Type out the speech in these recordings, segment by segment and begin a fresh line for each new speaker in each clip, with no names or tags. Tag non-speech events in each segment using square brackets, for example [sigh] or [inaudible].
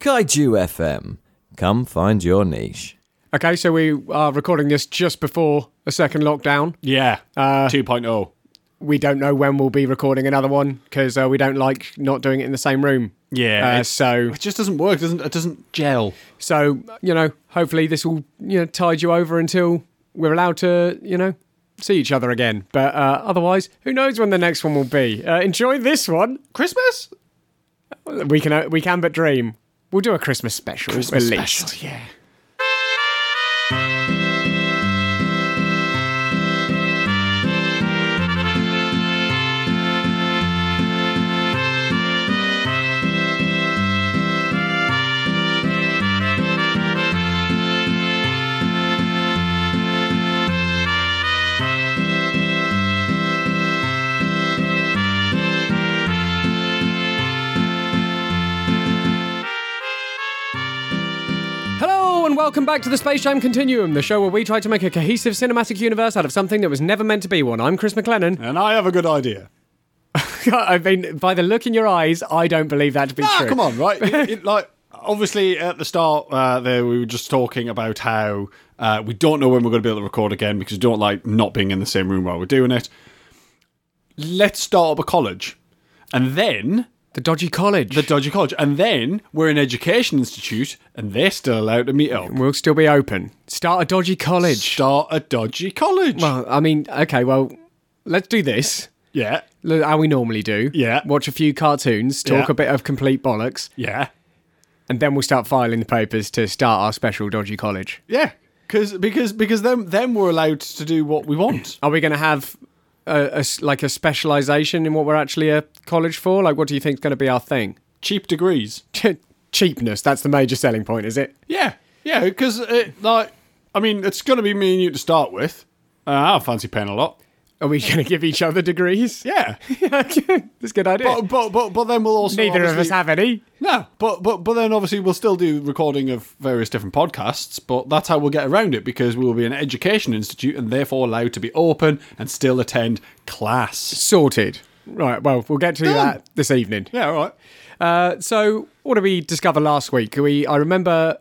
Kaiju FM. Come find your niche.
Okay, so we are recording this just before a second lockdown.
Yeah. Uh, 2.0.
We don't know when we'll be recording another one because uh, we don't like not doing it in the same room.
Yeah.
Uh,
it's-
so,
it just doesn't work. Doesn't it? Doesn't gel.
so you know, hopefully this will you know tide you over until we're allowed to you know see each other again. But uh, otherwise, who knows when the next one will be? Uh, enjoy this one.
Christmas.
We can uh, we can but dream. We'll do a Christmas special
Christmas
at least.
special, yeah.
Hello and welcome back to the Space Jam Continuum, the show where we try to make a cohesive cinematic universe out of something that was never meant to be one. I'm Chris
[laughs]
McLennan.
And I have a good idea.
I mean, by the look in your eyes, I don't believe that to be
Ah,
true.
come on, right? It- [laughs] it, like, obviously, at the start, uh, there we were just talking about how uh, we don't know when we're going to be able to record again because we don't like not being in the same room while we're doing it. Let's start up a college, and then
The dodgy college.
the dodgy college, and then we're an education institute, and they're still allowed to meet up.
we'll still be open. Start a dodgy college.
Start a dodgy college.
Well, I mean, okay, well, let's do this.
yeah,
Look, How we normally do.
Yeah.
Watch a few cartoons, talk
Yeah.
a bit of complete bollocks,
yeah,
and then we'll start filing the papers to start our special dodgy college.
yeah. Because because because then then we're allowed to do what we want.
Are we going to have a, a s- like a specialization in what we're actually a college for? Like, what do you think's going to be our thing?
[clears throat]
[laughs]
Cheap degrees.
Cheapness. That's the major selling point, is it?
Yeah, yeah, because like, I mean, it's going to be me and you to start with. Uh, I don't fancy pen a lot.
Are
[laughs]
we going to give each other degrees? [laughs]
Yeah,
That's a good idea.
[laughs] but but but but then we'll also
Neither of us
obviously-
have any.
No, but but but then obviously we'll still do recording of various different podcasts. But that's how we'll get around it because we will be an education institute and therefore allowed to be open and still attend class.
Sorted. Right, well, we'll get to that this evening.
Yeah, all right.
Uh, so, what did we discover last week? We I remember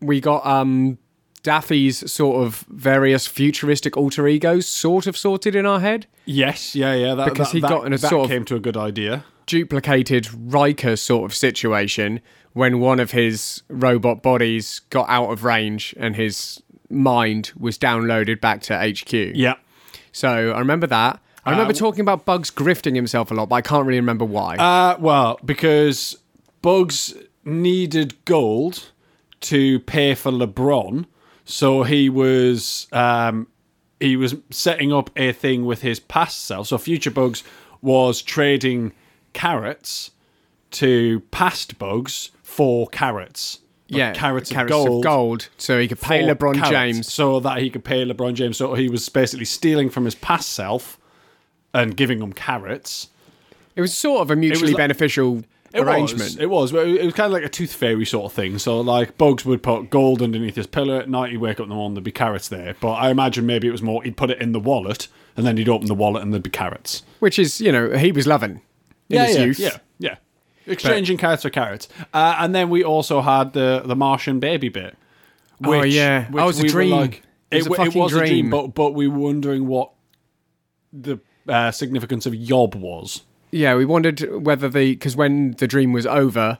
we got um, Daffy's sort of various futuristic alter egos sort of sorted in our head.
Yes, yeah, yeah. That,
Because
that-
he
that-
got in a
that
sort of-
came to a good idea.
Duplicated Riker sort of situation when one of his robot bodies got out of range and his mind was downloaded back to HQ.
Yeah, Um,
So I remember that. I remember talking about Bugs grifting himself a lot, but I can't really remember why.
Uh, well, because Bugs needed gold to pay for LeBron, so he was um, he was setting up a thing with his past self. So future Bugs was trading carrots to past Bugs for carrots. But
yeah,
carrots, of
of
gold.
gold, so he could
for
pay LeBron
carrots,
James
so that he could pay LeBron James. So he was basically stealing from his past self and giving him carrots.
It was sort of a mutually
like-
beneficial
Was,
arrangement.
it was. but It was kind of like a tooth fairy sort of thing. So, like, Bugs would put gold underneath his pillow at night. He'd wake up in the morning, there'd be carrots there. But I imagine maybe it was more, he'd put it in the wallet, and then he'd open the wallet, and there'd be carrots.
Which is, you know, he was loving in his
yeah,
youth.
yeah, yeah. Exchanging carrots for carrots. Uh, and then we also had the the Martian baby bit. Which,
Oh, yeah.
Which
Oh, it was a
we were
dream.
like-
It was a
wa-
fucking
a
dream.
but, but we were wondering what the uh, significance of Yob was.
Yeah, we wondered whether the because when the dream was over,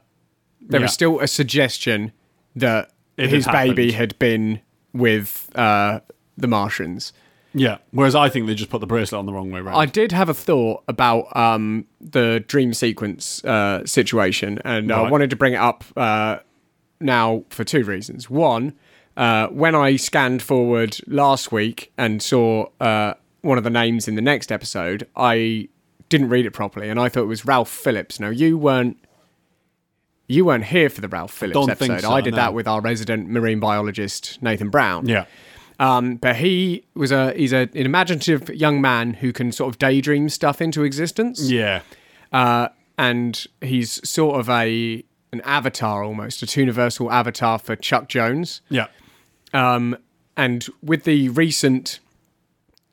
there was
Yeah.
still a suggestion that
It had
his baby
happened.
had been with uh, the Martians.
Yeah. Whereas I think they just put the bracelet on the wrong way around.
I did have a thought about um, the dream sequence uh, situation, and I
Right.
wanted to bring it up uh, now for two reasons. One, uh, when I scanned forward last week and saw uh, one of the names in the next episode, I didn't read it properly, and I thought it was Ralph Phillips. Now you weren't. You weren't here for the Ralph Phillips
Don't
episode.
think so,
I did
no.
that with our resident marine biologist Nathan Brown.
yeah.
Um, but he was a he's a, an imaginative young man who can sort of daydream stuff into existence,
Yeah.
uh, and he's sort of a an avatar almost, a universal avatar for Chuck Jones.
Yeah.
Um, and with the recent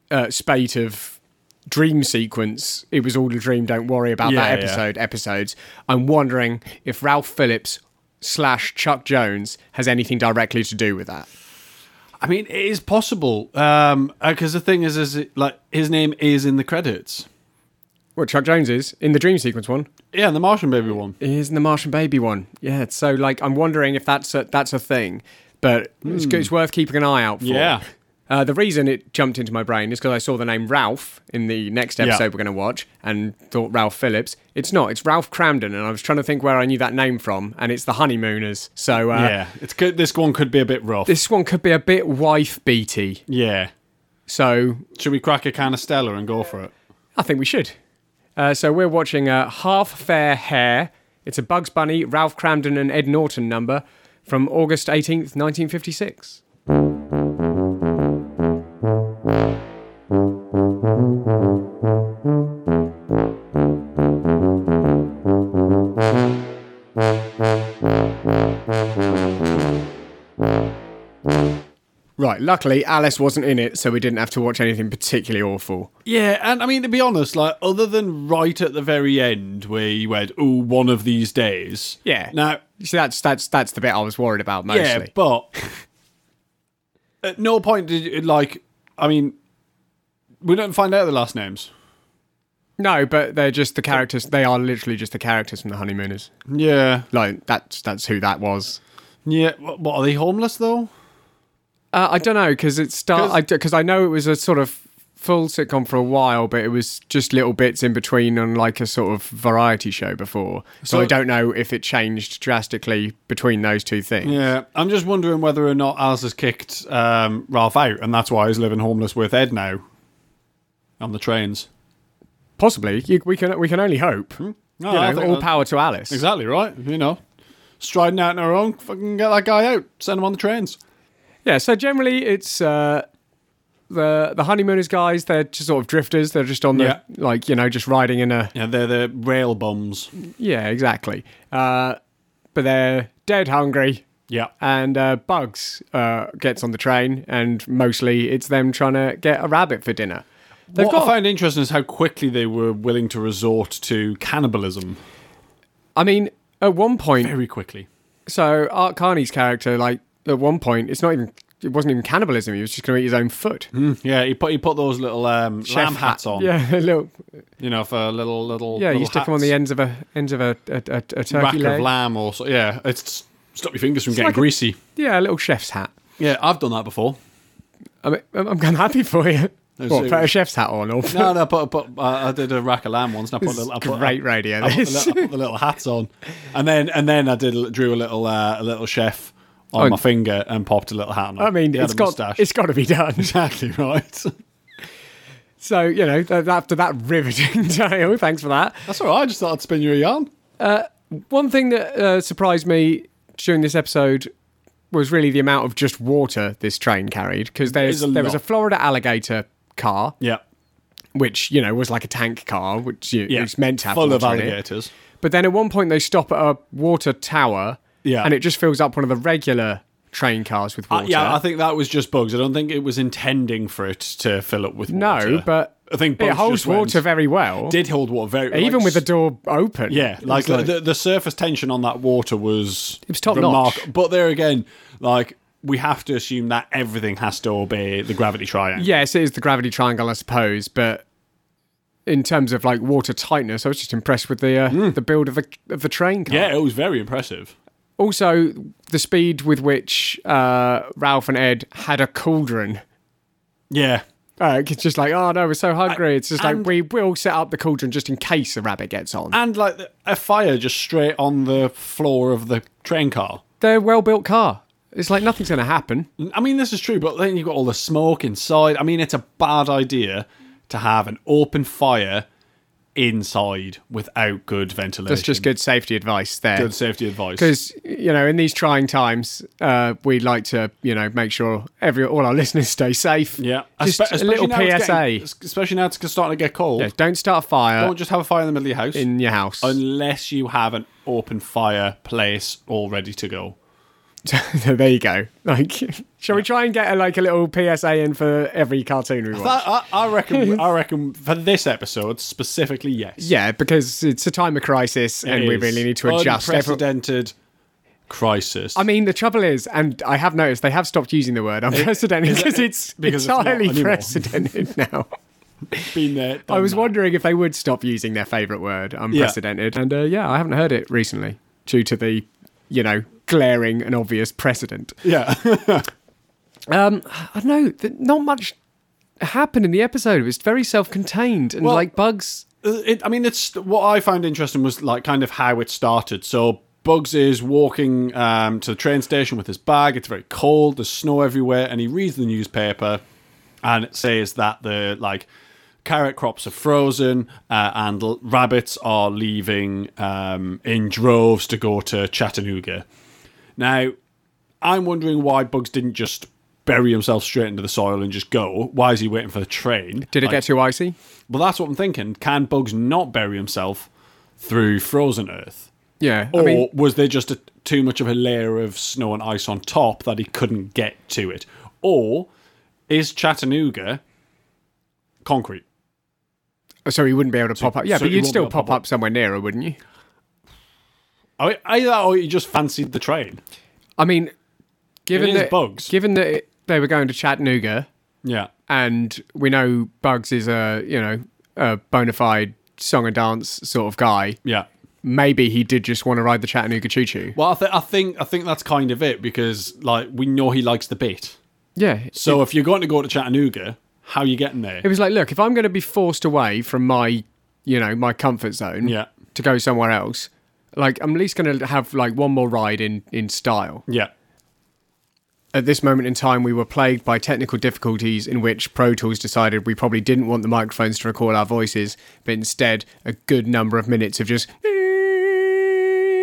uh, spate of dream sequence, it was all a dream. Don't worry about
Yeah,
that
yeah.
episode. Episodes. I'm wondering if Ralph Phillips slash Chuck Jones has anything directly to do with that.
I mean, it is possible because the thing is, is it, like his name is in the credits.
Well, Chuck Jones is in the dream sequence one.
Yeah, and the Martian Baby one.
He is in the Martian Baby one. Yeah, so like I'm wondering if that's a, that's a thing, but it's, good- it's worth keeping an eye out for.
Hmm. Yeah.
Uh, the reason it jumped into my brain is because I saw the name Ralph in the next episode
Yeah.
we're going to watch and thought Ralph Phillips. It's not. It's Ralph Cramden, and I was trying to think where I knew that name from, and it's the Honeymooners. So uh,
yeah, it's good. This one could be a bit rough.
this one could be a bit wife beaty.
yeah.
So
Should we crack a can of Stella and go for it?
I think we should. Uh, so we're watching uh, Half Fair Hair. It's a Bugs Bunny, Ralph Cramden, and Ed Norton number from August 18th, 1956. Right, luckily Alice wasn't in it, so we didn't have to watch anything particularly awful.
Yeah, and I mean to be honest, like other than right at the very end where he went, "Oh, one of these days."
Yeah.
Now,
So that's that's that's the bit I was worried about mostly.
yeah, but [laughs] at no point did you, like I mean, we don't find out the last names.
no, but they're just the characters. They are literally just the characters from the Honeymooners.
Yeah.
Like that's that's who that was.
Yeah. What, what are they homeless though?
Uh, I don't know because it start
'Cause-
I because I know it was a sort of full sitcom for a while, but it was just little bits in between on like a sort of variety show before. So,
So-
I don't know if it changed drastically between those two things.
Yeah, I'm just wondering whether or not Alice has kicked um, Ralph out, and that's why he's living homeless with Ed now on the trains.
Possibly. You, we can we can only hope.
No,
You
I
know,
think
all
that-
power to Alice.
Exactly right. You know, striding out on her own, fucking get that guy out, send him on the trains.
Yeah, so generally it's uh, the the honeymooners guys. They're just sort of drifters. They're just on the
Yeah.
like you know just riding in a
Yeah, they're the rail bums.
yeah exactly. Uh, but they're dead hungry,
Yeah,
and uh, Bugs uh, gets on the train, and mostly it's them trying to get a rabbit for dinner. They've
what
got.
I found interesting is how quickly they were willing to resort to cannibalism.
I mean, at one point,
Very quickly.
so Art Carney's character, like at one point, it's not even. It wasn't even cannibalism. He was just going to eat his own foot.
Yeah, he put he put those little um,
Chef
Hmm. lamb
hat-
hats on.
Yeah, [laughs] a little,
you know, for little little.
yeah.
little
You stick them on the
hats.
ends of a ends of a a, a, a turkey
rack
leg.
of lamb or so. Yeah, it's stop your fingers from getting
like a-
greasy.
Yeah, a little chef's hat.
Yeah, I've done that before.
I mean, I'm, I'm happy for you. What,
so-
put a chef's hat on Oh, or
No, no, put, put, uh, I did a rack of lamb once, and I put, the, I put
great radio.
I put, the,
This.
li- I put the little hats on, and then and then I did drew a little uh, a little chef on
Oh.
my finger and popped a little hat on.
I mean,
He had
it's
a
got
moustache.
it's got to be done.
[laughs]
[laughs]
exactly right.
So you know, th- after that riveting [laughs] tale, thanks for that.
That's all right. I just thought I'd spin you a yarn.
One thing that uh, surprised me during this episode was really the amount of just water this train carried because there's
is a
there was a
lot.
Florida alligator car,
Yeah,
which you know was like a tank car, which you,
yeah.
it's meant to have
full of
water in it.
alligators.
But then at one point they stop at a water tower,
Yeah.
and it just fills up one of the regular train cars with water.
Uh, Yeah, I think that was just bugs. I don't think it was intending for it to fill up with
no,
water.
but
I think
it
bugs
holds
just went-
water very well,
did hold water very
even
like,
with the door open.
Yeah,
It
like,
was
the, the surface tension on that water was
It was top notch.
But there again, like we have to assume that everything has to obey the gravity triangle.
yes, it is the gravity triangle, I suppose, but in terms of like water tightness, I was just impressed with the uh, the build of the of the train car.
Hmm. Yeah, it was very impressive.
Also, the speed with which uh, Ralph and Ed had a cauldron.
Yeah,
Uh, it's just like, oh no, we're so hungry. It's just like
and-
we will set up the cauldron just in case a rabbit gets on.
and like the- a fire just straight on the floor of the train car.
They're a well-built car. It's like nothing's going to happen.
I mean, this is true, but then you've got all the smoke inside. I mean, it's a bad idea to have an open fire inside without good ventilation.
That's just good safety advice there.
good safety advice.
Because you know, in these trying times, uh, we like to you know make sure every all our [laughs] listeners stay safe.
Yeah,
just
Espe-
a
especially
little
now it's
PSA.
getting- especially now it's starting to get cold.
Yeah, don't start a fire
Don't just have a fire in the middle of your house
Uh, in your house.
unless you have an open fireplace all ready to go.
[laughs] there you go. Like, [laughs] shall we try and get a, like a little PSA in for every cartoon we watch?
I, I, I reckon. I reckon for this episode specifically, yes.
yeah, because it's a time of crisis, and
It
we
is
really need to adjust. Every-
Unprecedented crisis.
I mean, the trouble is, and I have noticed they have stopped using the word unprecedented
is it-
because it's
because it's not
entirely
anymore.
precedented [laughs] now.
been there.
I
done
was
that.
wondering if they would stop using their favourite word, unprecedented. And uh, yeah, I haven't heard it recently due to the, you know, glaring and obvious precedent.
Yeah,
Um, I don't know, th- not much happened in the episode. It was very self contained and
Well-
like bugs.
Uh, it, I mean, it's what I found interesting was like kind of how it started. So Bugs is walking um, to the train station with his bag. It's very cold. There's snow everywhere, and he reads the newspaper, and it says that the like carrot crops are frozen uh, and l- rabbits are leaving um, in droves to go to Chattanooga. Now, I'm wondering why Bugs didn't just bury himself straight into the soil and just go. Why is he waiting for the train?
Did it
Like,
get too icy?
well, that's what I'm thinking. Can Bugs not bury himself through frozen Earth?
Yeah.
Or
I mean,
was there just a, too much of a layer of snow and ice on top that he couldn't get to it? Or is Chattanooga concrete?
so he wouldn't be able to pop up. Yeah,
so
but
he
you'd
won't be
still
able to pop
pop, up somewhere nearer, wouldn't you?
I either that or he just fancied the train.
I mean, given
It is
that
Bugs.
given that it, they were going to Chattanooga,
Yeah.
and we know Bugs is a you know a bona fide song and dance sort of guy.
Yeah.
Maybe he did just want to ride the Chattanooga choo choo.
Well, I, th- I think I think that's kind of it because like we know he likes the bit.
Yeah.
So if you're going to go to Chattanooga, how are you getting there?
It was like, look, if I'm going to be forced away from my, you know, my comfort zone
Yeah.
to go somewhere else, like I'm at least going to have like one more ride in in style.
Yeah.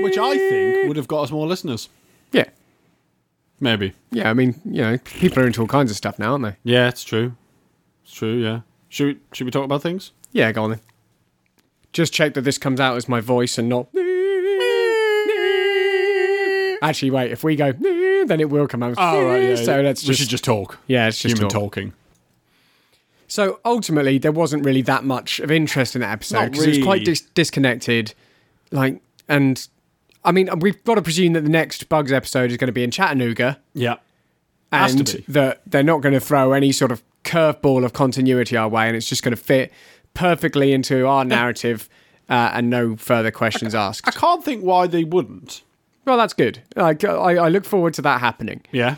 Which I think would have got us more listeners.
Yeah.
Maybe.
Yeah, I mean, you know, people are into all kinds of stuff now, aren't they?
Yeah, it's true. It's true. Yeah. Should we, should we talk about things?
Yeah, go on then. Just check that this comes out as my voice and not. Actually, wait, if we go, then it will come out.
Oh,
so let's
we
just.
should just talk.
yeah, it's just
Human
talk.
talking.
So ultimately, there wasn't really that much of interest in that episode
Not
because it was quite
really.
dis- disconnected. Like, and I mean, we've got to presume that the next Bugs episode is going to be in Chattanooga,
Yeah. Has to
and
be.
that they're not going to throw any sort of curveball of continuity our way, and it's just going to fit perfectly into our narrative, uh, and no further questions
I
asked.
can't think why they wouldn't.
Well, that's good. Like, I, I look forward to that happening.
Yeah.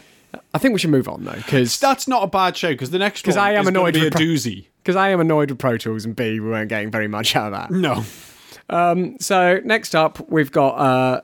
I think we should move on though, because
That's not a bad show because the next one
I am
is gonna
annoyed
be a
with pro-
doozy.
I am annoyed with Pro Tools and B, we weren't getting very much out of that.
No.
So next up, we've got uh,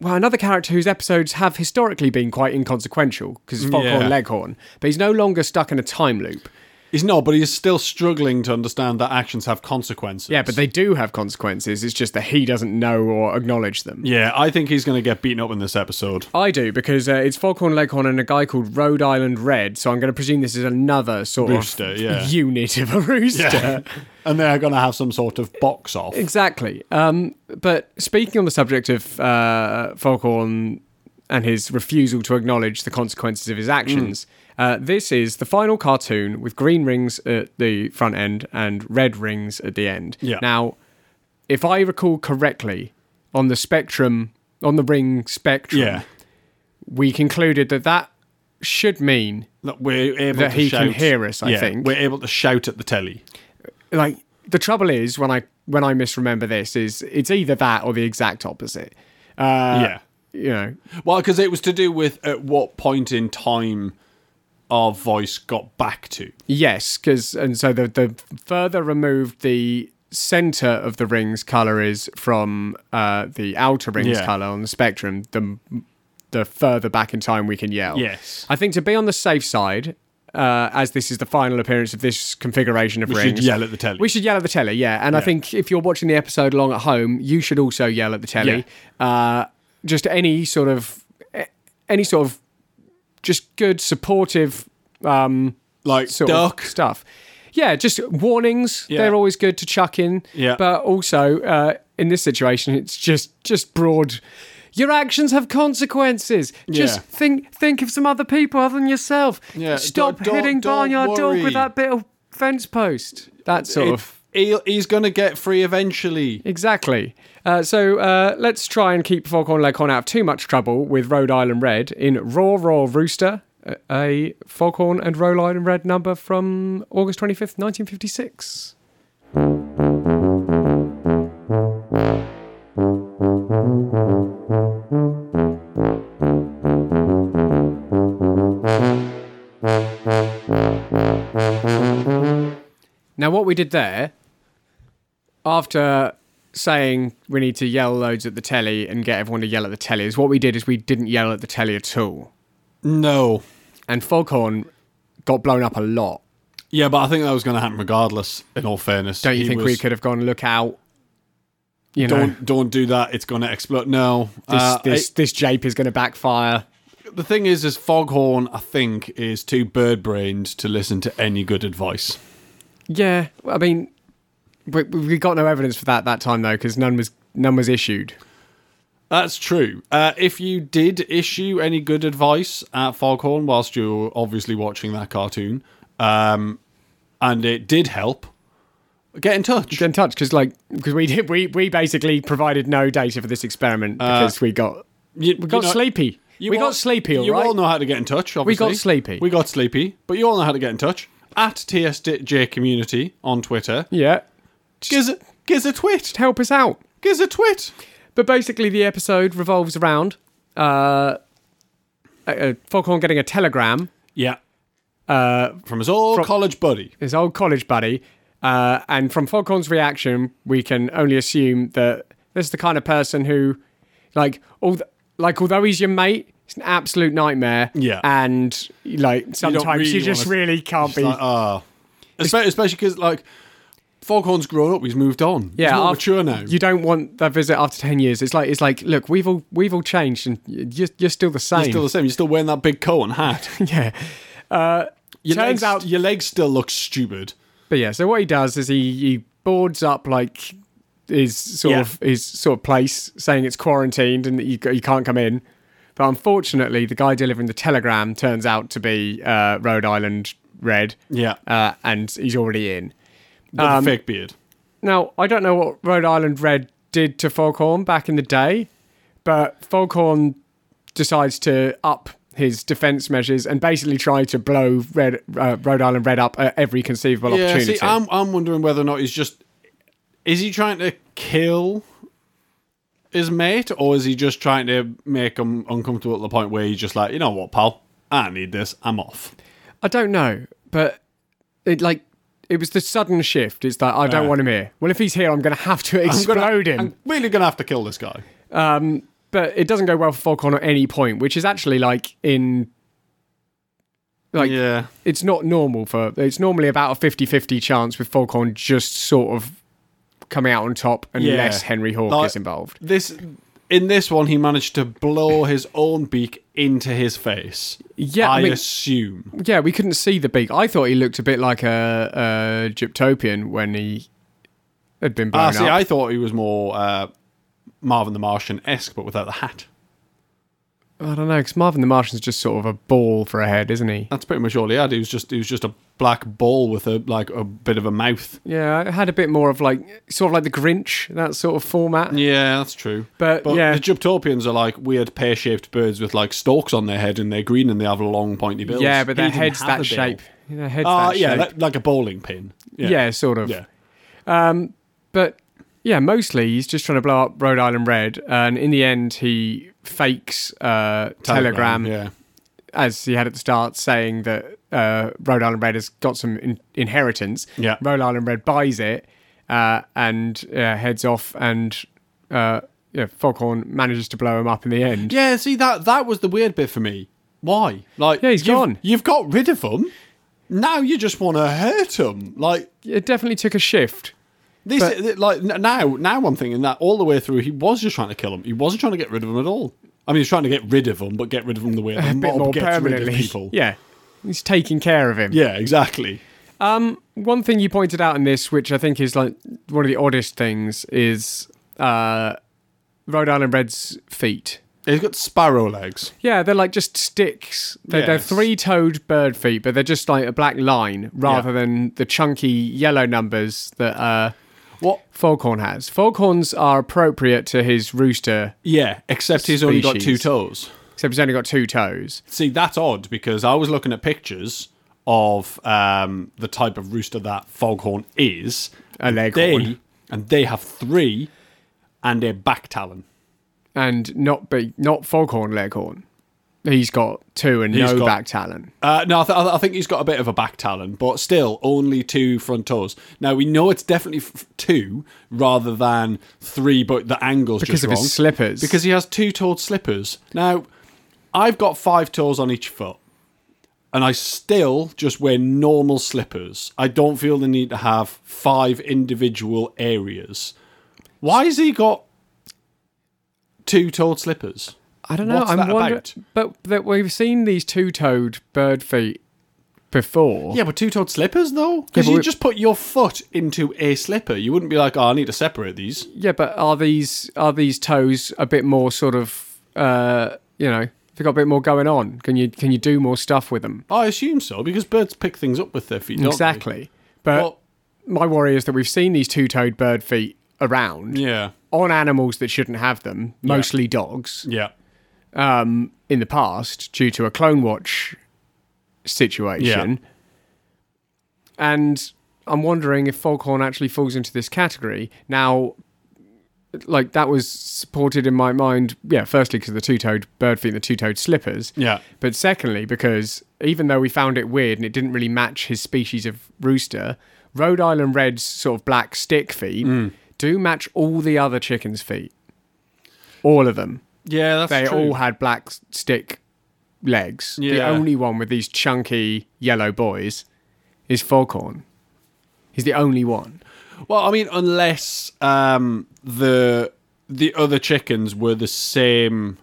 well another character whose episodes have historically been quite inconsequential because it's Foghorn
Yeah.
Leghorn, but he's no longer stuck in a time loop.
He's not, but he's still struggling to understand that actions have consequences.
Yeah, but they do have consequences. It's just that he doesn't know or acknowledge them.
Yeah, I think he's going to get beaten up in this episode.
I do because uh, it's Foghorn Leghorn and a guy called Rhode Island Red. So I'm going to presume this is another sort
Rooster,
of
yeah.
unit of a rooster.
[laughs] and they're going to have some sort of box off.
Exactly. Um, but speaking on the subject of uh, Foghorn and his refusal to acknowledge the consequences of his actions,
Hmm.
uh, this is the final cartoon with green rings at the front end and red rings at the end.
Yeah.
Now, if I recall correctly, on the spectrum, on the ring spectrum,
Yeah.
we concluded that that should mean
That we're able
That
to
he can
shout-
hear us, I
Yeah,
think.
We're able to shout at the telly.
like the trouble is when I when I misremember this is it's either that or the exact opposite.
yeah.
You know,
Well, because it was to do with at what point in time our voice got back to.
Yes, because and so the the further removed the center of the ring's color is from uh, the outer ring's
Yeah.
color on the spectrum, the the further back in time we can yell.
Yes.
I think to be on the safe side, uh, as this is the final appearance of this configuration of
We should
rings.
yell at the telly.
we should yell at the telly, yeah. And I
Yeah.
think if you're watching the episode along at home, you should also yell at the telly. Uh, just any sort of, any sort of, just good supportive um,
like
sort
duck.
of stuff. Yeah, just warnings.
Yeah.
They're always good to chuck in.
Yeah.
But also, uh, in this situation, it's just just broad. Your actions have consequences. Just
Yeah.
think think of some other people other than yourself.
Yeah,
Stop
don't- don't-
hitting
don't
barnyard dog
worry.
with that bit of fence post. That sort
It-
of
He'll, he's going to get free eventually.
Exactly. Uh, so uh, let's try and keep Foghorn Leghorn out of too much trouble with Rhode Island Red in Raw Raw Rooster, a- a Foghorn and Rhode Island Red number from August 25th, 1956. Now, what we did there, after saying we need to yell loads at the telly and get everyone to yell at the telly, is what we did is we didn't yell at the telly at all.
No.
And Foghorn got blown up a lot.
Yeah, but I think that was going to happen regardless. In all fairness,
Don't you
He
think we
was-
could have gone look out? You know,
Don't don't do that. It's going to explode. No.
this
Uh,
this this jape is going to backfire.
I- the thing is, is Foghorn. I think is too bird brained to listen to any good advice.
Yeah, well, I mean, we, we got no evidence for that that time though, because none was none was issued.
That's true. Uh, if you did issue any good advice at Foghorn whilst you were obviously watching that cartoon, um, and it did help, get in touch.
Get in touch because like because we did we we basically provided no data for this experiment because we got
Uh, You-
we got
you know-
sleepy.
you
we
all-
got sleepy. All
you
right?
all know how to get in touch. Obviously,
got sleepy.
We got sleepy, but you all know how to get in touch at TSJ Community on Twitter.
Yeah,
Giz a, giz a twit.
help us out.
Giz a twit.
But basically, the episode revolves around uh, uh, uh, Foghorn getting a telegram
Yeah. Uh, from his old college buddy.
his old college buddy, uh, and from Foghorn's reaction, we can only assume that this is the kind of person who, like, all like although he's your mate, it's an absolute nightmare.
Yeah.
and like sometimes you,
really
just
wanna-
really can't be.
Like, ah. Espe- especially because, like, Foghorn's grown up. He's moved on.
yeah,
He's more
af-
mature now.
You don't want that visit after ten years. It's like it's like look, we've all we've all changed, and you're, you're still the same.
You're still the same. You're still wearing that big coat and [laughs] hat.
[laughs] yeah. Uh,
Your
Turns
legs,
out-
your legs still look stupid.
But yeah, so what he does is he, he boards up like his sort
Yeah.
of his sort of place, saying it's quarantined and that you you can't come in. But unfortunately, the guy delivering the telegram turns out to be uh, Rhode Island Red.
Yeah. Um,
uh, and he's already in.
With a fake beard.
Now I don't know what Rhode Island Red did to Foghorn back in the day, but Foghorn decides to up his defense measures and basically try to blow Red, uh, Rhode Island Red up at every conceivable
Yeah,
opportunity.
see, um, I'm, I'm wondering whether or not he's just. Is he trying to kill his mate, or is he just trying to make him uncomfortable at the point where he's just like, you know what, pal? I need this. I'm off.
I don't know, but it like it was the sudden shift. It's that I don't
Uh.
want him here. Well, if he's here, I'm going to have to
I'm
explode
gonna-
him. Um,
I'm really going to have to kill this guy.
But it doesn't go well for Falcon at any point, which is actually like in like
yeah.
it's not normal for it's normally about a 50-50 chance with Falcon just sort of coming out on top
Yeah.
unless Henry Hawke
Like-
is involved.
This in this one, he managed to blow his own beak into his face.
Yeah,
I,
I mean-
assume.
Yeah, we couldn't see the beak. I thought he looked a bit like a, a Gyptopian when he had been blown
Ah, see,
up.
I thought he was more uh, Marvin the Martian esque, but without the hat.
I don't know, because Marvin the Martian's just sort of a ball for a head, isn't he?
That's pretty much all he had. He was just he was just a black ball with a like a bit of a mouth.
Yeah, it had a bit more of like sort of like the Grinch, that sort of format.
Yeah, that's true.
But, yeah.
the Gyptopians are like weird pear shaped birds with like stalks on their head, and they're green and they have long pointy bills.
yeah, but
He
their
didn't
head's
have
that
a bill.
shape. Their head's
Ah,
that
yeah,
shape.
like, like a bowling pin.
yeah. sort of.
yeah.
Yeah, mostly he's just trying to blow up Rhode Island Red, and in the end he fakes uh, telegram,
Yeah.
as he had at the start, saying that uh, Rhode Island Red has got some in- inheritance.
Yeah.
Rhode Island Red buys it uh, and uh, heads off, and uh, yeah, Foghorn manages to blow him up in the end.
Yeah, see that that was the weird bit for me. Why? Like,
Yeah, he's
you've-
gone.
You've got rid of him. Now you just want to hurt him. Like
It definitely took a shift.
this.
But-
th- like n- now, now I'm thinking that all the way through, he was just trying to kill him. He wasn't trying to get rid of him at all. I mean, he's trying to get rid of him, but get rid of him the way the
a bit
mob
more
gets
permanently.
rid of people.
Yeah, he's taking care of him.
Yeah, exactly.
One thing you pointed out in this, which I think is like one of the oddest things, is uh, Rhode Island Red's feet.
He's got sparrow legs.
Yeah, they're like just sticks. They're, they're
Yes.
three-toed bird feet, but they're just like a black line rather
Yeah.
than the chunky yellow numbers that uh,
What?
Foghorn has. Foghorns are appropriate to his rooster,
Yeah, except he's only got two
Species.
toes.
except he's only got two toes.
See, that's odd because I was looking at pictures of um, the type of rooster that foghorn is.
A leghorn.
They and they have three and a back talon.
and not be not Foghorn Leghorn. He's got two and
He's
no
got-
back talon.
Uh, no, I, th- I think he's got a bit of a back talon, but still only two front toes. Now we know it's definitely f- two rather than three, but the angle's
Because
just
of his
wrong.
slippers.
Because he has two-toed slippers. Now, I've got five toes on each foot, and I still just wear normal slippers. I don't feel the need to have five individual areas. Why has he got two-toed slippers?
I don't know.
What's
I'm
that
wondering,
about?
but that we've seen these two-toed bird feet before.
Yeah, but two-toed slippers though, because
Yeah, but
you
we-
just put your foot into a slipper. You wouldn't be like, "Oh, I need to separate these."
Yeah, but are these are these toes a bit more sort of uh, you know? They got a bit more going on. Can you can you do more stuff with them?
I assume so because birds pick things up with their feet. Don't
exactly.
They?
But
Well,
my worry is that we've seen these two-toed bird feet around
yeah,
on animals that shouldn't have them, mostly dogs.
yeah,
um, in the past due to a Clone Watch situation. And I'm wondering if Foghorn actually falls into this category. Now, like that was supported in my mind, yeah, firstly, because the two toed bird feet and the two toed slippers.
yeah.
But secondly, because even though we found it weird and it didn't really match his species of rooster, Rhode Island Red's sort of black stick feet do match all the other chickens' feet. All of them
Yeah, that's
they
true.
all had black s- stick legs. The
Yeah.
only one with these chunky yellow boys is Foghorn. He's the only one.
well, I mean, unless um, the the other chickens were the same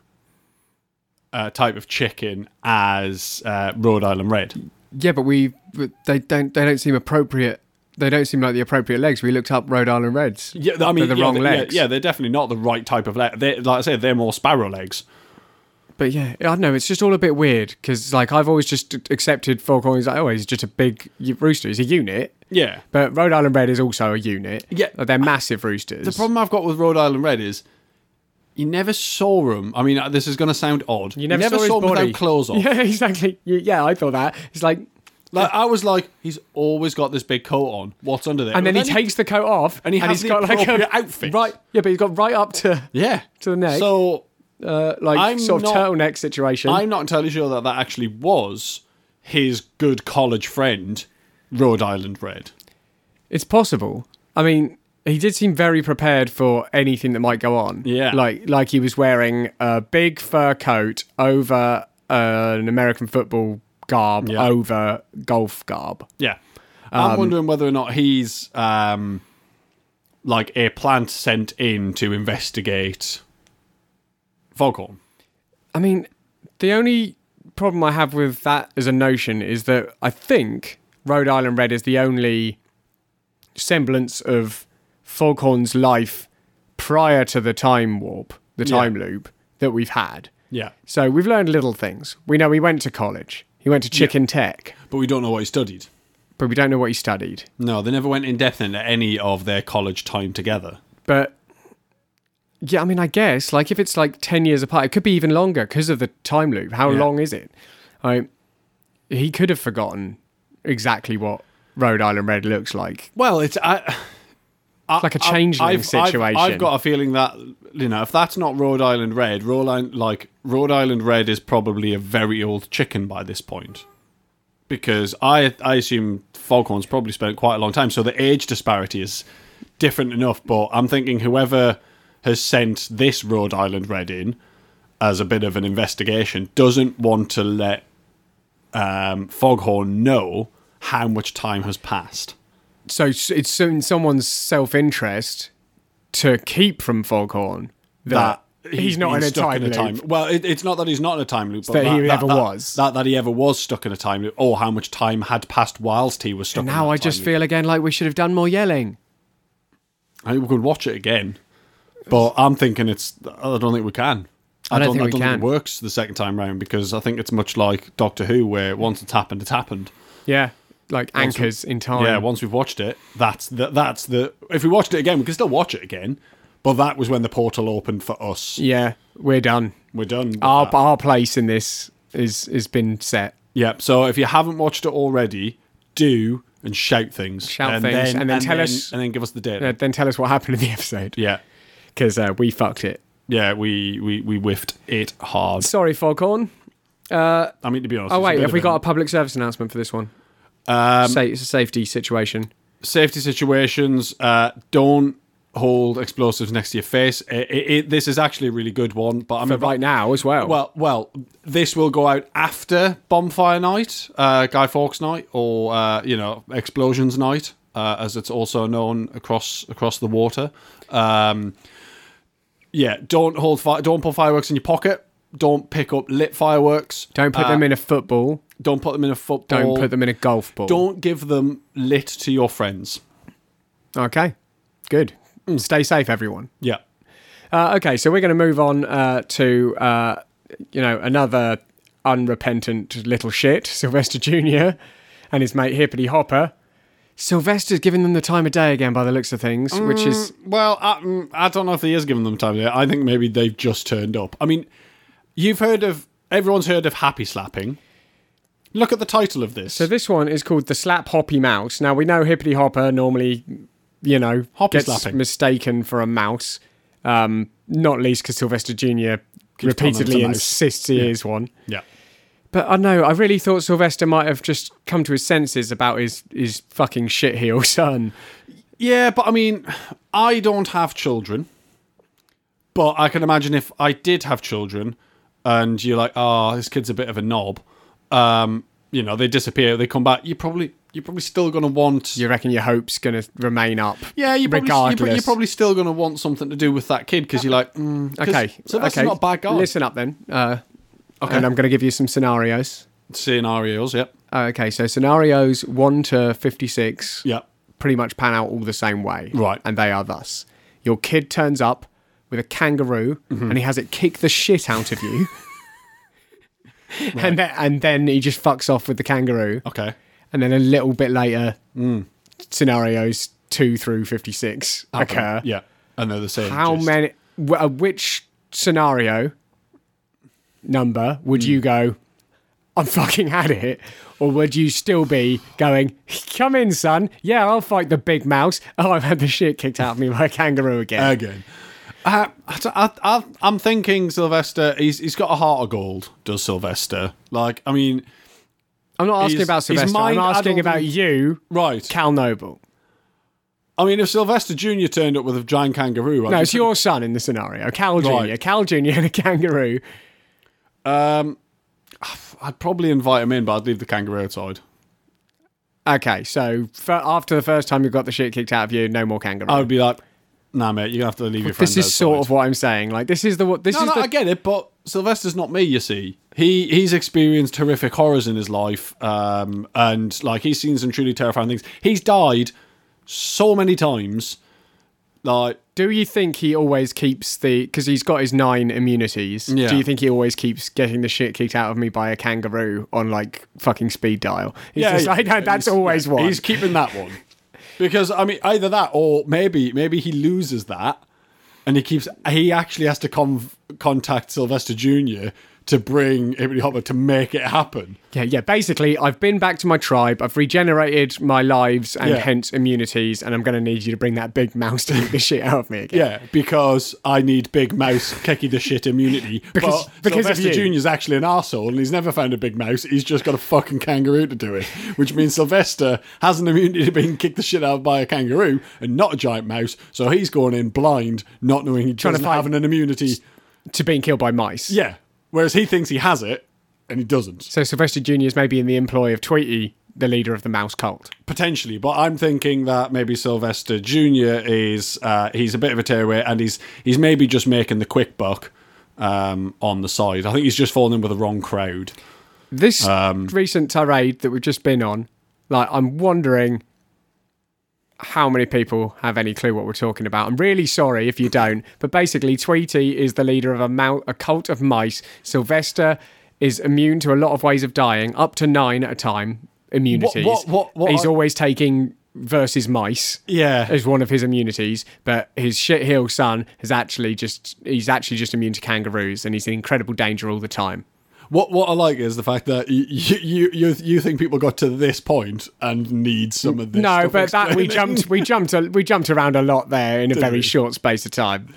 uh, type of chicken as uh, Rhode Island Red.
Yeah, but we but they don't they don't seem appropriate. They don't seem like the appropriate legs. We looked up Rhode Island Reds.
Yeah, I mean,
They're the
yeah,
wrong
they- yeah,
legs.
Yeah, they're definitely not the right type of leg. They, like I said, they're more sparrow legs.
But yeah, I don't know. It's just all a bit weird because like I've always just accepted Foghorn. He's like, oh, he's just a big y- rooster. He's a unit.
Yeah.
But Rhode Island Red is also a unit.
Yeah.
Like, they're massive roosters.
The problem I've got with Rhode Island Red is you never saw him. I mean, uh, this is going to sound odd.
you never, saw, his
him
body.
without clothes
[laughs]
on.
Yeah, exactly. You- yeah, I thought that. It's like
Like, I was like, he's always got this big coat on. What's under there?
and then, he takes the coat off,
and he has
has
the
got like
appropriate
a
outfit.
right. Yeah, but he's got right up to
yeah
to the neck.
So
uh, like
I'm
sort of
not-
turtleneck situation.
I'm not entirely sure that that actually was his good college friend, Rhode Island Red.
It's possible. I mean, he did seem very prepared for anything that might go on.
Yeah.
like like he was wearing a big fur coat over uh, an American football garb
Yeah.
over golf garb.
Yeah. I'm wondering whether or not he's um, like a plant sent in to investigate Foghorn.
I mean, the only problem I have with that as a notion is that I think Rhode Island Red is the only semblance of Foghorn's life prior to the time warp, the
Yeah.
time loop that we've had.
Yeah.
So we've learned little things. We know he went to college. He went to Chicken Tech,
But we don't know what he studied.
but we don't know what he studied.
No, they never went in depth into any of their college time together.
But yeah, I mean, I guess like if it's like ten years apart, it could be even longer because of the time loop. How
Yeah.
long is it? I he could have forgotten exactly what Rhode Island Red looks like.
Well, it's I, I,
like a
I-
changeling
I've- I've-
situation.
I've, got a feeling that you know if that's not Rhode Island Red, Rhode Island, like Rhode Island Red is probably a very old chicken by this point, because I I assume Foghorn's probably spent quite a long time, so the age disparity is different enough. But I'm thinking whoever has sent this Rhode Island Red in as a bit of an investigation doesn't want to let um, Foghorn know how much time has passed.
So s- it's in someone's self interest to keep from Foghorn that, he's, not
been
in a
stuck
time loop.
Well, it, it's not that he's not in a time loop, but
that he
that,
ever
that-
was.
That, that he ever was stuck in a time loop. Or how much time had passed whilst he was stuck. in
Now
that
I
time
just
loop.
feel again like we should have done more yelling.
I think we could watch it again, but I'm thinking it's. I don't think we can.
I don't think
I
we
don't
can.
think it works the second time round because I think it's much like Doctor Who, where once it's happened, it's happened.
Yeah, like
Once we-
anchors in time.
Yeah, once we've watched it, that's the, that's the. If we watched it again, we can still watch it again, but that was when the portal opened for us.
yeah, Ah, we're done.
We're done. with
Our
that.
our place in this is has been set.
Yep. So if you haven't watched it already, do and shout things.
Shout things, and then tell us-
and then give us the date.
Uh, then tell us what happened in the [laughs] episode
yeah,
because uh, we fucked it.
yeah. We we we whiffed it hard.
Sorry, Foghorn.
I mean, to be honest.
Oh
it's a
wait,
bit
have
of
we
a-
got a public service announcement for this one? Um, Sa- it's a safety situation.
safety situations? Uh, don't hold explosives next to your face. It, it, it, this is actually a really good one, but I'm
But right now as Mm-hmm. well.
Well, well, this will go out after Bonfire Night, uh, Guy Fawkes Night, or uh, you know Explosions Night, uh, as it's also known across across the water. Um, yeah, don't hold fi- don't put fireworks in your pocket. Don't pick up lit fireworks.
don't put
uh,
them in a football.
Don't put them in a football.
Don't put them in a golf ball.
Don't give them lit to your friends.
Okay, good. Mm, Stay safe, everyone.
Yeah.
Uh, okay, so we're going to move on uh, to uh, you know another unrepentant little shit, [laughs] Sylvester Junior, and his mate Hippity Hopper. Sylvester's giving them the time of day again, by the looks of things, which is
Well, I, mm, I don't know if he is giving them time. I think maybe they've just turned up. I mean, you've heard of everyone's heard of happy slapping. Look at the title of this.
So this one is called the Slap Hoppy Mouse. Now we know Hippity Hopper normally, you know,
Hoppy
gets
slapping.
mistaken for a mouse. Um, not least because Sylvester Jr.
telling
repeatedly
him it's a mouse.
insists he is one.
yeah,
But I know I really thought Sylvester might have just come to his senses about his his fucking shit heel [laughs] son.
yeah, but I mean, I don't have children, but I can imagine if I did have children, and you're like, oh, this kid's a bit of a knob. Um, you know, they disappear, they come back. You probably, you're probably still gonna want.
You reckon your hope's gonna remain up?
Yeah, you're probably, you're, pro-
Regardless.
you're probably still going to want something to do with that kid because you're like, mm, 'cause
Okay.
Sylvester's
okay.
not a bad guy.
Listen up then. Uh,
Okay.
And I'm gonna give you some scenarios.
scenarios. Yep.
Uh, okay, so scenarios one to fifty-six.
Yep.
pretty much pan out all the same way.
Right.
And they are thus. Your kid turns up with a kangaroo and he has it kick the shit out of you. And then, and then he just fucks off with the kangaroo.
Okay.
And then a little bit later, scenarios 2 through 56 occur.
Yeah. And they're the same.
How
gist.
many, wh- uh, which scenario number would you go, I'm fucking had it? Or would you still be going, come in, son. Yeah, I'll fight the big mouse. Oh, I've had the shit kicked out of me by a kangaroo again.
Again. Uh, I, I, I, I'm thinking Sylvester, he's, he's got a heart of gold, does Sylvester. Like, I mean,
I'm not asking
he's-
about
he's
Sylvester. I'm
mind
asking
addled
about
and-
you,
right.
Cal Noble.
I mean, if Sylvester Jr. turned up with a giant kangaroo,
No, it's your son in the scenario. Cal Jr.
Right.
Cal Jr. and a kangaroo.
I'd probably invite him in, but I'd leave the kangaroo outside.
Okay, so fir- after the first time you got the shit kicked out of you, no more kangaroo.
I would be like, nah, mate, you're going to have to leave your friend
Oh, this is sort of what I'm saying. Like this is the what this
No,
is
no,
the
I get it, but Sylvester's not me. You see, he he's experienced horrific horrors in his life, um, and like he's seen some truly terrifying things. He's died so many times. Like,
Do you think he always keeps the because he's got his nine immunities?
Yeah.
Do you think he always keeps getting the shit kicked out of me by a kangaroo on like fucking speed dial? He's just like, no, that's
he's-
always
yeah,
one.
He's keeping that one [laughs] because I mean, either that or maybe maybe he loses that, and he keeps he actually has to con- contact Sylvester Junior to bring Ibn Hopper to make it happen.
yeah, yeah. Basically, I've been back to my tribe. I've regenerated my lives and
Yeah.
hence immunities, and I'm going to need you to bring that big mouse to kick the shit out of me again.
[laughs] Yeah, because I need Big Mouse kicking the shit immunity.
[laughs] Because-
but
because of
Sylvester
you.
Junior's actually an arsehole and he's never found a Big Mouse. He's just got a fucking kangaroo to do it, which means Sylvester has an immunity to being kicked the shit out by a kangaroo and not a giant mouse. So he's going in blind, not knowing he
to
doesn't
find-
have an immunity.
To being killed by mice.
Yeah, whereas he thinks he has it and he doesn't
So Sylvester Junior is maybe in the employ of Tweety, the leader of the mouse cult.
potentially. But I'm thinking that maybe Sylvester Junior is uh, he's a bit of a tearaway and he's he's maybe just making the quick buck um, on the side. I think he's just fallen in with the wrong crowd. Um,
This recent tirade that we've just been on, like, I'm wondering how many people have any clue what we're talking about. I'm really sorry if you don't, but basically, Tweety is the leader of a, mou- a cult of mice. Sylvester is immune to a lot of ways of dying, up to nine at a time immunities.
what- what- what
He's
I-
always taking versus mice
Yeah.
as one of his immunities, but his shit heel son has actually just he's actually just immune to kangaroos, and he's in incredible danger all the time.
What what I like is the fact that you you you, you think people got to this point and need some of this.
no,
stuff
but that we
explaining.
jumped we jumped a, we jumped around a lot there
[laughs]
in a very
we?
short space of time.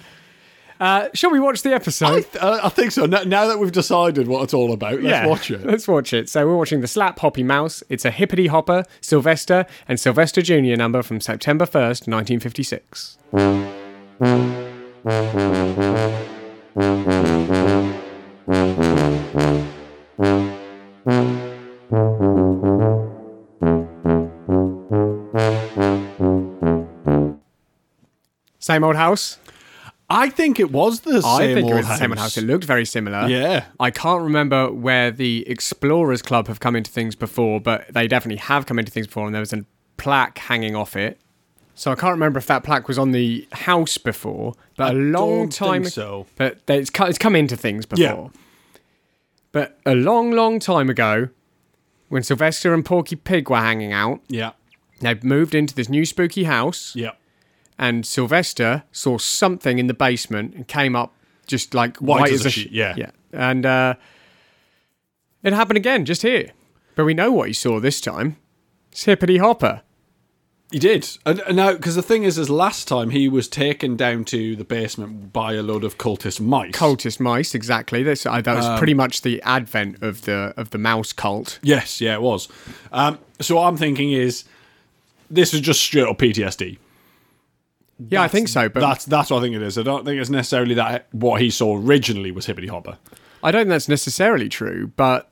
Uh, shall we watch the
I,
episode?
th- [laughs] I I think so. Now, now that we've decided what it's all about, let's watch it.
Let's watch it. So we're watching the Slap Hoppy Mouse. It's a hippity hopper, Sylvester, and Sylvester Jr. number from September 1st, 1956. Same old house.
I think it was the
I
same
think
old
it was
house.
the same old house. It looked very similar.
Yeah.
I can't remember where the Explorers Club have come into things before, but they definitely have come into things before, and there was a plaque hanging off it. So I can't remember if that plaque was on the house before, but a
I
long
don't
time
think so.
But they- it's co- it's come into things before.
Yeah.
But a long, long time ago, when Sylvester and Porky Pig were hanging out,
Yeah,
they moved into this new spooky house
yeah.
and Sylvester saw something in the basement and came up just like white, as, a sheet.
yeah.
yeah. And uh, it happened again just here. But we know what he saw this time. It's Hippity Hopper.
He did. And, and now, because the thing is, is last time he was taken down to the basement by a load of cultist mice.
Cultist mice, exactly. That's, uh, that was pretty much the advent of the of the mouse cult.
Yes, yeah, it was. Um, so what I'm thinking is, this is just straight up PTSD.
Yeah, I think so. But
That's that's what I think it is. I don't think it's necessarily that what he saw originally was Hippity Hopper.
I don't think that's necessarily true. But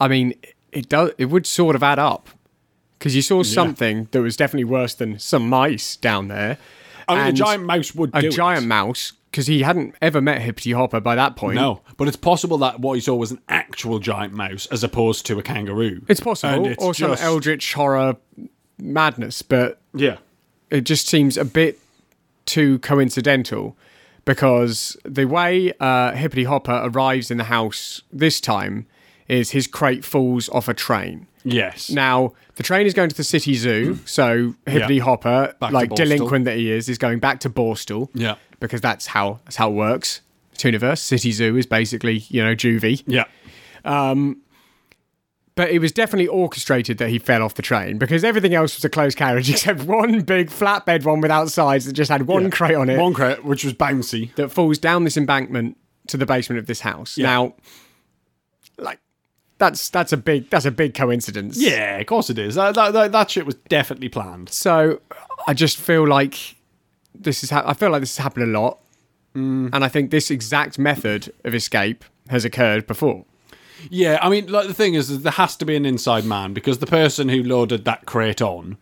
I mean, it does. It would sort of add up because you saw something that was definitely worse than some mice down there.
I mean, a
And-
giant mouse would
a
do
giant
It.
mouse because he hadn't ever met Hippity Hopper by that point.
No, but it's possible that what he saw was an actual giant mouse as opposed to a kangaroo.
it's possible,
And it's
or some
just-
eldritch horror madness, but
Yeah.
it just seems a bit too coincidental because the way uh, Hippity Hopper arrives in the house this time is his crate falls off a train.
Yes.
Now the train is going to the city zoo, so Hippity Hopper,
Mm. Back to
like
Borstal.
delinquent that he is, is going back to Borstal.
Yeah.
because that's how that's how it works. It's universe city zoo is basically you know juvie.
Yeah.
But it was definitely orchestrated that he fell off the train because everything else was a closed carriage [laughs] except one big flatbed one without sides that just had one
Yeah.
crate on it
One crate, which was bouncy.
that falls down this embankment to the basement of this house. Now, like that's that's a big that's a big coincidence.
Yeah, of course it is. That, that, that, that shit was definitely planned.
So I just feel like this is. Ha- I feel like this has happened a lot,
Mm.
and I think this exact method of escape has occurred before.
Yeah, I mean, like the thing is, is there has to be an inside man because the person who loaded that crate on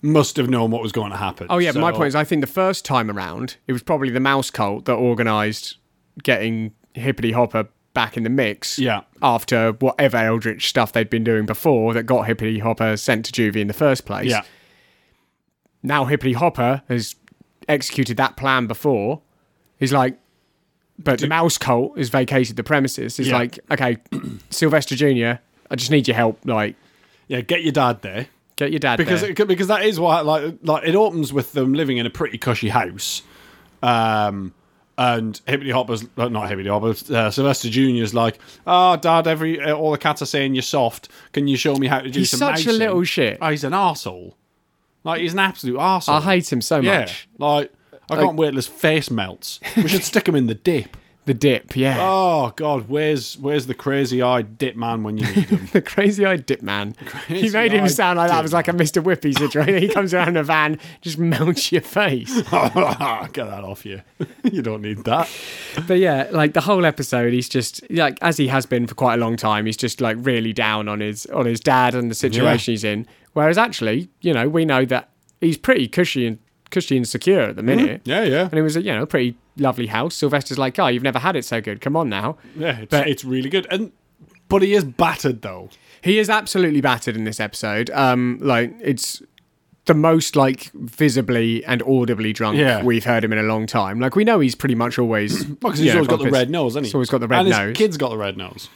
must have known what was going to happen.
Oh yeah, but my point is, I think the first time around, it was probably the mouse cult that organised getting Hippity Hopper back in the mix.
Yeah.
After whatever eldritch stuff they'd been doing before that got Hippity Hopper sent to juvie in the first place.
yeah,
Now Hippity Hopper has executed that plan before. He's like, but the mouse cult has vacated the premises. He's
Yeah.
like, okay, [clears throat] Sylvester Jr., I just need your help. Like,
yeah, get your dad there
get your dad
because
there.
it, because that is why like like it opens with them living in a pretty cushy house, um, and Hippity Hopper's uh, not Hippity Hopper, uh, Sylvester Junior's like, oh dad, every uh, all the cats are saying you're soft. Can you show me how to do
He's
some?
such a
mousing?"
little shit.
Oh, he's an arsehole. Like he's an absolute arsehole.
I hate him so
Yeah,
much.
like I can't wait till his face melts. We should stick him in the dip.
The dip, yeah.
[laughs] Oh God, where's where's the crazy eyed dip man when you need [laughs] him?
[laughs] The crazy eyed dip man. he made him
eyed
sound like that
dip
was like a Mr. Whippy situation. he comes around in a
[laughs]
van, just melts your face.
Get that off you. [laughs] You don't need that.
But yeah, like the whole episode, he's just like as he has been for quite a long time. He's just like really down on his on his dad and the situation he's in. Whereas actually, you know, we know that he's pretty cushy and cushy and secure
Mm.
at the minute.
Yeah, yeah,
And it was a you know pretty lovely house. Sylvester's like, oh, you've never had it so good. Come on now.
yeah. It's,
But-
it's really good, and but he is battered though.
He is absolutely battered in this episode. Um, like it's the most like visibly and audibly drunk
Yeah.
we've heard him in a long time. Like we know he's pretty much
[clears throat]
always.
because
you
he's
know,
always got the
bonkers.
red nose, hasn't he?
He's always got the red
and
nose.
His kid's got the red nose.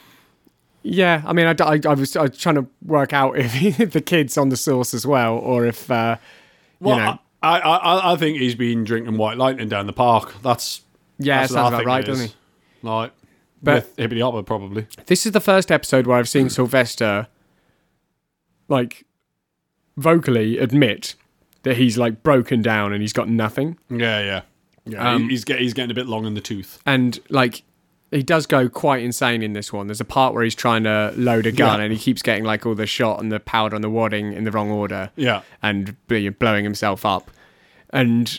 Yeah, I mean, I, I, I was, I was trying to work out if, [laughs] if the kid's on the source as well, or if uh,
Well,
you know,
I, I, I, I think he's been drinking white lightning down the park. That's
Yeah,
that's
it sounds
what I
about
think
right,
it is.
doesn't
Like,
But-
with hippity hopper probably.
this is the first episode where I've
[clears throat]
seen Sylvester like vocally admit that he's like broken down and he's got nothing.
Yeah, yeah, Um, yeah. he- he's get, he's getting a bit long in the tooth.
and like he does go quite insane in this one. There's a part where he's trying to load a gun
Yeah.
and he keeps getting like all the shot and the powder and the wadding in the wrong order
Yeah,
and be- blowing himself up. And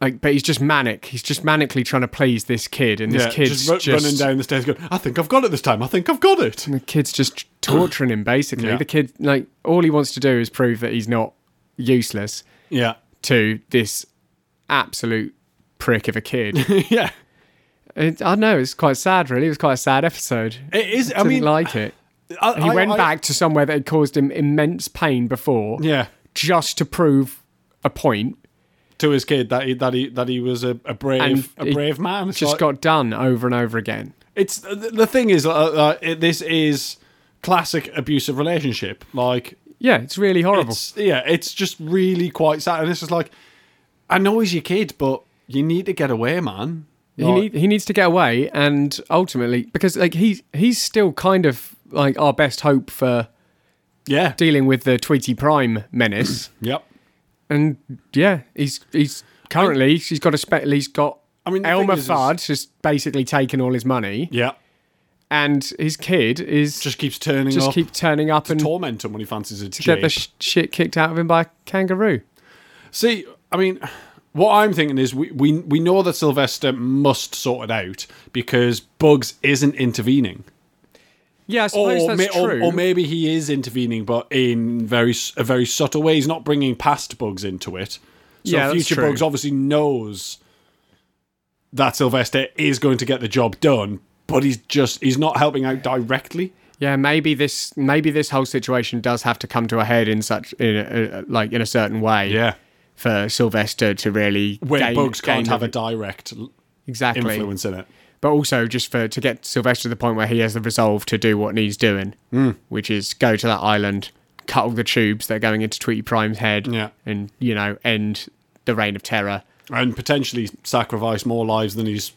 like, but he's just manic. He's just manically trying to please this kid, and this
yeah.
kid's
Just,
just,
ru- running down the stairs, going, "I think I've got it this time. I think I've got
[laughs]
it."
The kid's just torturing him. Basically,
Yeah.
the kid like all he wants to do is prove that he's not useless [laughs]
Yeah,
to this absolute prick of a kid.
[laughs] yeah.
it, I know it's quite sad. Really, it was quite a sad episode.
It is. I
didn't
mean,
like it.
[sighs] I,
He
I-
went
I-
back to somewhere that had caused him immense pain before,
Yeah,
just to prove a point.
to his kid that he that he that he was a, a brave
And
a
he
brave man. It's
Just
like-
got done over and over again.
It's the, the thing is uh, uh, it, this is classic abusive relationship. Like
Yeah, it's really horrible.
it's yeah, it's just really quite sad. And it's just like I know he's your kid, but you need to get away, man.
he,
Like,
need, he needs to get away, and ultimately, because like he he's still kind of like our best hope for
yeah,
dealing with the Tweety Prime
[clears throat]
menace.
yep.
and yeah, he's he's currently he's got a spe- he's got.
I mean, the thing
Elmer
is- is-
Fudd's just basically taken all his money,
Yeah,
and his kid is just,
just keeps turning up
keep turning up and
torment him when he fancies a
get the
jape.
sh- shit kicked out of him by a kangaroo.
See, I mean, what I'm thinking is we, we we know that Sylvester must sort it out because Bugs isn't intervening.
Yeah, I suppose
or,
that's
may- or-
true.
or maybe he is intervening, but in very s- a very subtle way. He's not bringing past bugs into it. So
Yeah, that's
future
true.
bugs obviously knows that Sylvester is going to get the job done, but he's just he's not helping out directly.
yeah, maybe this maybe this whole situation does have to come to a head in such in a, a, like in a certain way for Sylvester to really
where
gain,
bugs
gain
can't have
the-
a direct l-
exactly,
influence in it.
but also just for to get Sylvester to the point where he has the resolve to do what he's doing, which is go to that island, cut all the tubes that are going into Tweety Prime's head,
Yeah.
and you know end the reign of terror.
And potentially sacrifice more lives than he's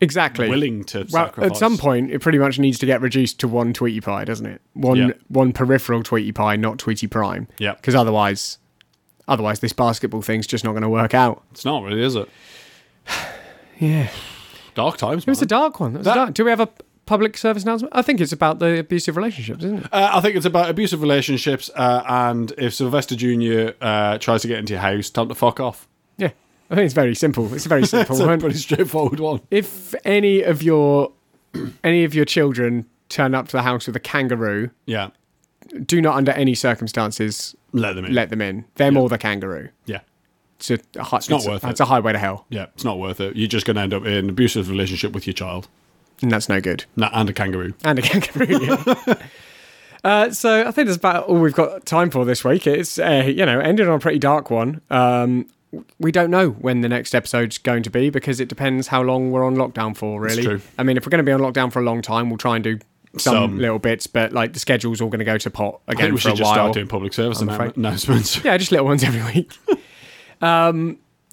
Exactly.
willing to
Well,
sacrifice.
at some point, it pretty much needs to get reduced to one Tweety Pie, doesn't it? One
Yeah.
one peripheral Tweety Pie, not Tweety Prime.
Yeah.
Because otherwise, otherwise this basketball thing's just not going to work out.
It's not really, is it?
Yeah.
Dark times.
It was a
man.
dark one. It was
That-
dark. Do we have a public service announcement? I think it's about the abusive relationships, isn't it?
Uh, I think it's about abusive relationships, uh, and if Sylvester Jr. Uh, tries to get into your house, tell him to fuck off.
Yeah. I think it's very simple. It's a very simple
[laughs] It's a
one.
pretty straightforward one.
if any of your [clears throat] any of your children turn up to the house with a kangaroo,
Yeah,
do not under any circumstances
let them in.
let them in. Them or the kangaroo.
yeah,
It's a, a hi- it's
not worth
a,
it.
It's a highway to hell,
yeah, it's not worth it. You're just going to end up in an abusive relationship with your child
and that's no good.
Na- and a kangaroo.
and a kangaroo.
[laughs]
yeah. uh, so I think that's about all we've got time for this week. It's uh, you know ended on a pretty dark one. Um, we don't know when the next episode's going to be because it depends how long we're on lockdown for. Really,
true.
I mean, if we're going to be on lockdown for a long time, we'll try and do some,
Some.
little bits, but like the schedule's all going to go to pot
I think
again
we
for a
should just
while.
start doing public service
I'm
annou- [laughs]
afraid.
announcements.
yeah, just little ones [laughs] every week. um,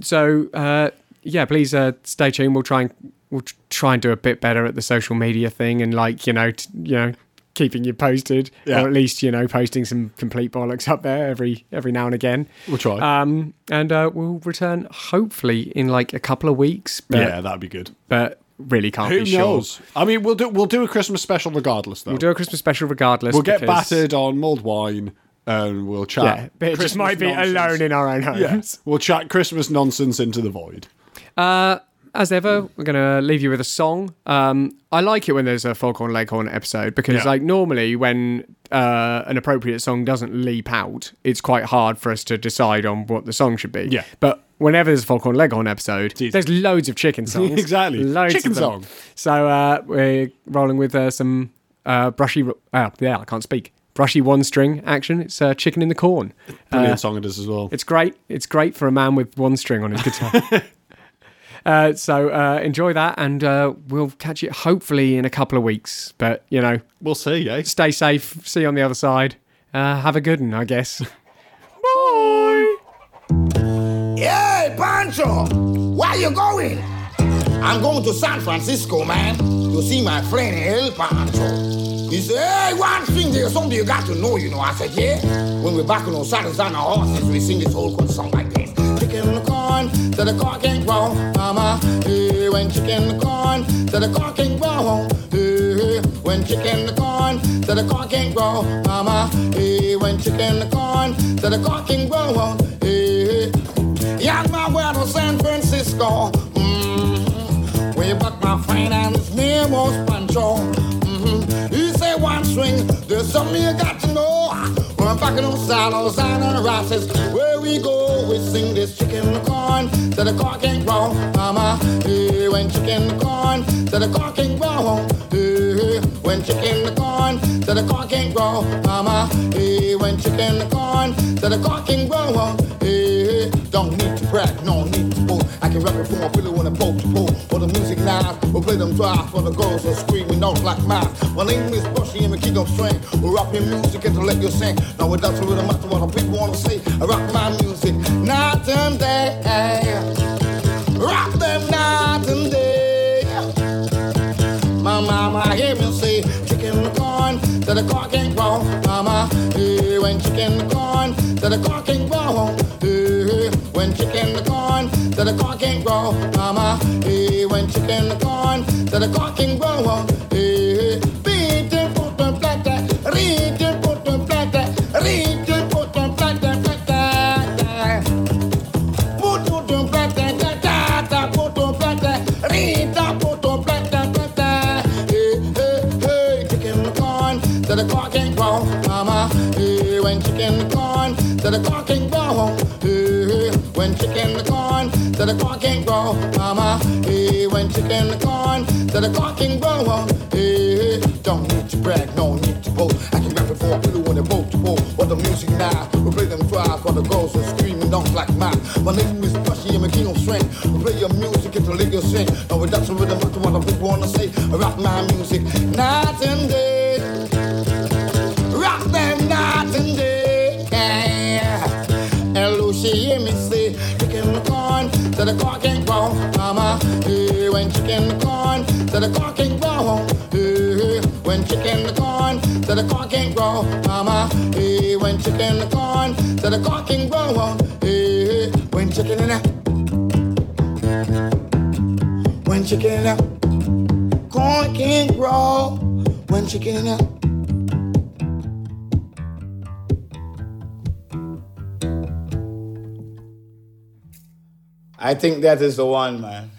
so uh, yeah, please uh, stay tuned. We'll try and we'll tr- try and do a bit better at the social media thing, and like you know, t- you know, keeping you posted,
Yeah.
or at least you know, posting some complete bollocks up there every every now and again.
We'll try.
Um, and uh, we'll return hopefully in like a couple of weeks. But,
yeah, that'd be good.
but really can't
Who
be sure.
knows? I mean, we'll do we'll do a Christmas special regardless. Though
We'll do a Christmas special regardless.
We'll get
because-
battered on mulled wine, and we'll chat.
Yeah, but it
Christmas
just might be
nonsense.
alone in our own homes.
Yes, we'll chat Christmas nonsense into the void.
Uh, as ever, we're gonna leave you with a song. Um, I like it when there's a Foghorn Leghorn episode because,
Yeah.
like, normally when uh, an appropriate song doesn't leap out, it's quite hard for us to decide on what the song should be.
Yeah.
But whenever there's a Foghorn Leghorn episode,
easy.
there's loads of
[laughs]
chicken songs.
Exactly.
loads
Chicken
of them.
song.
So uh, we're rolling with uh, some uh, brushy. Ro- uh, oh, yeah, I can't speak. Rushy one string action. It's uh, Chicken in the Corn. Uh,
Brilliant song it is as well.
It's great. It's great for a man with one string on his guitar. uh, so uh, enjoy that, and uh, we'll catch it hopefully in a couple of weeks. But you know,
We'll see, yeah.
stay safe. See you on the other side. Uh, have a good one, I guess. [laughs]
Hey, Pancho, where you going? I'm going to San Francisco, man, to see my friend El Pancho. He said, hey, one thing, there's something you got to know, you know. I said, yeah. When we're back on our saddles and our horses, we sing this whole good song like this. Chicken in the corn, so the corn can grow, mama. Hey, when chicken in the corn, so the corn can grow. Hey, hey, when chicken in the corn, so the corn can grow, mama. Hey, when chicken in the corn, so the corn can grow. Hey, hey. Young my way to San Francisco. Mm-hmm. Way back my friend and his name was Pancho. Mm-hmm. He say one swing, there's something you got to know. When I'm backing on saddles and on rosses, where we go, we sing this chicken in the corn, that the corn can't grow. Mama, hey, when chicken in the corn, that the corn can't grow. Hey, hey, when chicken in the corn, that the corn can't grow. Mama, hey, when chicken in the corn, that the corn can't grow. Eh, Hey, hey. Don't need to brag, no need to boast. I can rap it from my pillow when I poke to pole. For the music knives, we'll play them twice. For the girls are screaming out like mine. My name is Bushy and we keep on strength. We're rapping music and to let you sing. Now it doesn't really matter what the people wanna say. I rock my music night and day. Rock them night and day. My mama hear me say, chicken in the corn, that the corn can't grow. Mama, hey, when chicken in the corn, that the corn can't grow. Hey, hey, when chicken in the corn, that the corn can't grow. Mama, hey, when chicken in the corn, that the corn can't grow. Hey, hey, beat it, put them flat, read it, put them flat, read it, put them flat, flat, flat. Puto plata, tata, puto plata, Rita, puto plata, plata. Hey, hey, hey, chicken in the corn, that the corn can't grow, mama. Hey, when chicken in the corn, that the corn can't grow. Hey, hey, when chicken in the corn, that the corn can't grow, mama. Hey, when chicken in the corn, that the corn can't grow. Hey, hey, don't need to brag, no need to boast. I can rap it for a pillow and a boat to boat. What the music now, we play them twice for the girls are screaming don't like mine. My name is Bushy and McKee on swing. We play your music and the lyrics sing. Now it doesn't really matter what the people wanna say. I rock my music night and day. Rock them night and day. And Lucy hear me say, chicken in the corn, that the corn can't grow. Mama, hey, when chicken in the corn, that the corn can't grow. Hey, hey, Eh, when chicken in the corn, that the corn can't grow. Mama, hey, when chicken in the corn, that the corn can't grow. Hey, hey, Eh, when chicken in the when chicken in the corn can't grow. When chicken in the I think that is the one, man.